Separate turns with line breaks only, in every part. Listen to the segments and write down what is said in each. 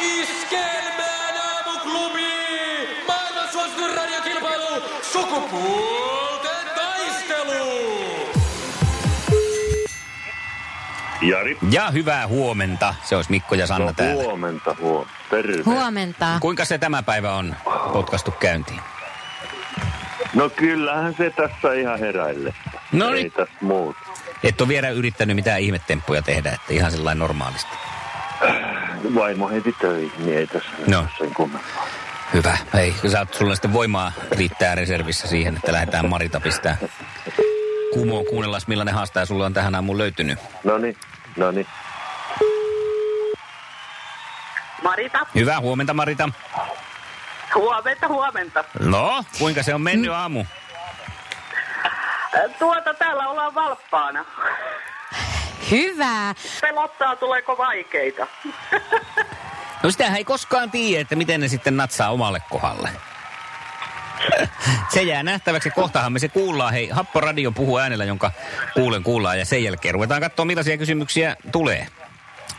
Iskelmään aamuklubi! Maailman suosituin radiokilpailu! Sukupuolten taistelu!
Jari.
Ja hyvää huomenta. Se olisi Mikko ja Sanna
no,
täällä.
huomenta, huomenta. Terve.
Huomenta.
Kuinka se tämä päivä on potkastu käyntiin?
No kyllähän se tässä ihan heräille.
No
Ei
niin.
tässä muut.
Et ole vielä yrittänyt mitään ihmetemppuja tehdä, että ihan sellainen normaalisti.
Vaimo heti töihin, niin ei tässä
No.
ole sen kummempaa.
Hyvä. Hei, kun sä oot, sulla sitten voimaa riittää reservissä siihen, että lähdetään Marita pistää. Kumo, kuunnellaan, millainen haastaja sulla on tähän aamuun löytynyt.
No niin, no niin.
Marita,
Hyvää huomenta, Marita.
huomenta, huomenta.
No, kuinka se on mennyt aamu?
Ö, Tuota, täällä ollaan valppaana.
Hyvä.
Pelottaa, tuleeko vaikeita.
No sitähän ei koskaan tiedä, että miten ne sitten natsaa omalle kohdalle. Se jää nähtäväksi. Kohtahan me se kuullaan. Hei, Happoradio puhuu äänellä, jonka kuulen kuullaan. Ja sen jälkeen ruvetaan katsoa, millaisia kysymyksiä tulee.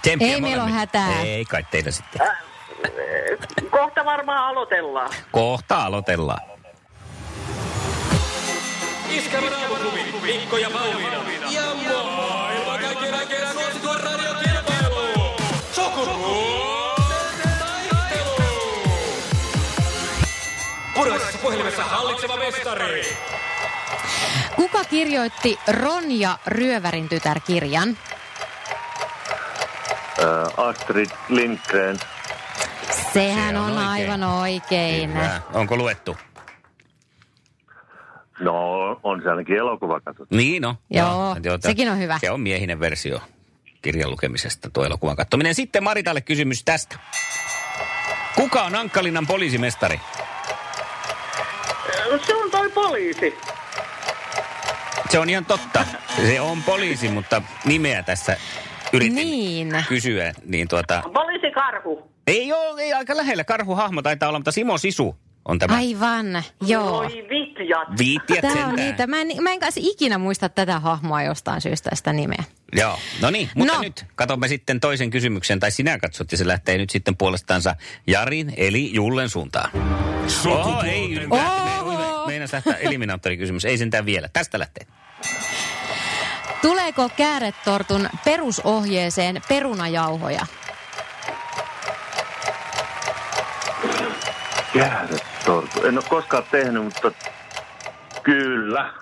Tsemppiä
Ei meillä ole
molemmille.
hätää.
Ei kai teillä sitten.
Kohta varmaan aloitellaan.
Kohta aloitellaan.
Iskelmän aamuklubi, Mikko ja Pauliina. Ja maailman kaikkien aikeen suosituin radiokilpailu! Sukupuolten taistelu! Puraisessa puhelimessa hallitseva mestari.
Kuka kirjoitti Ronja Ryövärin tytär kirjan?
Ö, äh, Astrid Lindgren.
Sehän
Se on
on,
oikein.
aivan oikein.
Hyvä. Onko luettu?
No, on se ainakin elokuva katsottu.
Niin on.
Joo, sekin on hyvä.
Se on miehinen versio kirjan lukemisesta tuo elokuvan katsominen. Sitten Maritalle kysymys tästä. Kuka on Ankkalinnan poliisimestari?
Ö, Äh, Se on toi poliisi.
Se on ihan totta. Se on poliisi, mutta nimeä tässä yritin
Niin.
kysyä. Niin tuota,
Poliisi karhu.
ei ole, ei aika lähellä. Karhuhahmo taitaa olla, mutta Simo Sisu on tämä.
Aivan, joo.
Oi vitjat.
Viittiät
Tämä on
sentään.
niitä. Mä en, mä en kanssa ikinä muista tätä hahmoa jostain syystä sitä nimeä.
Joo, no niin, mutta
No.
nyt katsomme sitten toisen kysymyksen, tai sinä katsot, ja se lähtee nyt sitten puolestaansa Jarin, eli Jullen suuntaan. Oho, ei,
Oho.
Meinas lähtee eliminaattorikysymys, ei sentään vielä. Tästä lähtee.
Tuleeko kääretortun perusohjeeseen perunajauhoja?
Jäädet torku. En ole koskaan tehnyt, mutta kyllä.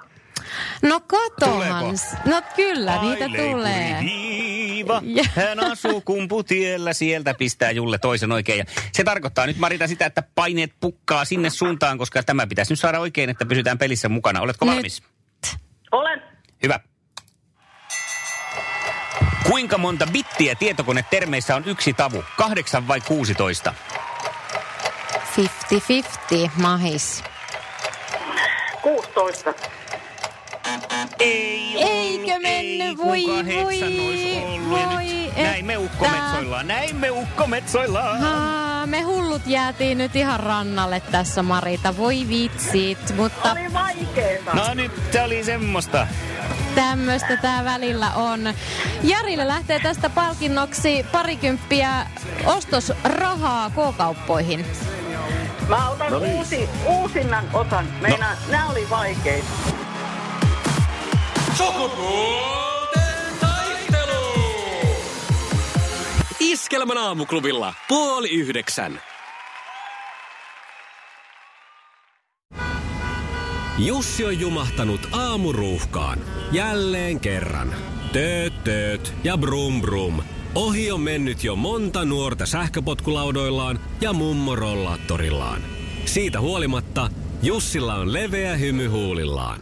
No
Tuleeko?
katohans. No kyllä, niitä
Ai
tulee.
leikuriviiva,
Ja-
Hän asuu kumputiellä, sieltä pistää Julle toisen oikein. Ja se tarkoittaa nyt Marita sitä, että paineet pukkaa sinne suuntaan, koska tämä pitäisi nyt saada oikein, että pysytään pelissä mukana. Oletko
Nyt.
valmis?
Olen
Hyvä. Kuinka monta bittiä tietokonetermeissä on yksi tavu? Kahdeksan vai 16?
50-50, mahis.
16.
Ei
Eikö mennyt?
kuka
Voi,
heksän
voi,
olisi ollut. Ja
voi
nyt Näin me
että.
ukkometsoillaan, näin me ukkometsoillaan.
Haa, me hullut jäätiin nyt ihan rannalle tässä Marita, voi vitsit, mutta
Oli vaikeeta.
No nyt se oli semmoista.
tämmöistä tää välillä on. Jarille lähtee tästä palkinnoksi parikymppiä ostosrahaa K-kauppoihin.
Mä otan
No
no
niin.
uusi, uusinnan osan. Meina, no. nää oli vaikeita.
Sukupuolten taistelu!
Iskelmän aamuklubilla puoli yhdeksän. Jussi on jumahtanut aamuruuhkaan. Jälleen kerran. Tööt, tööt ja brum brum. Ohi on mennyt jo monta nuorta sähköpotkulaudoillaan ja mummorollaattorillaan. Siitä huolimatta Jussilla on leveä hymy huulillaan.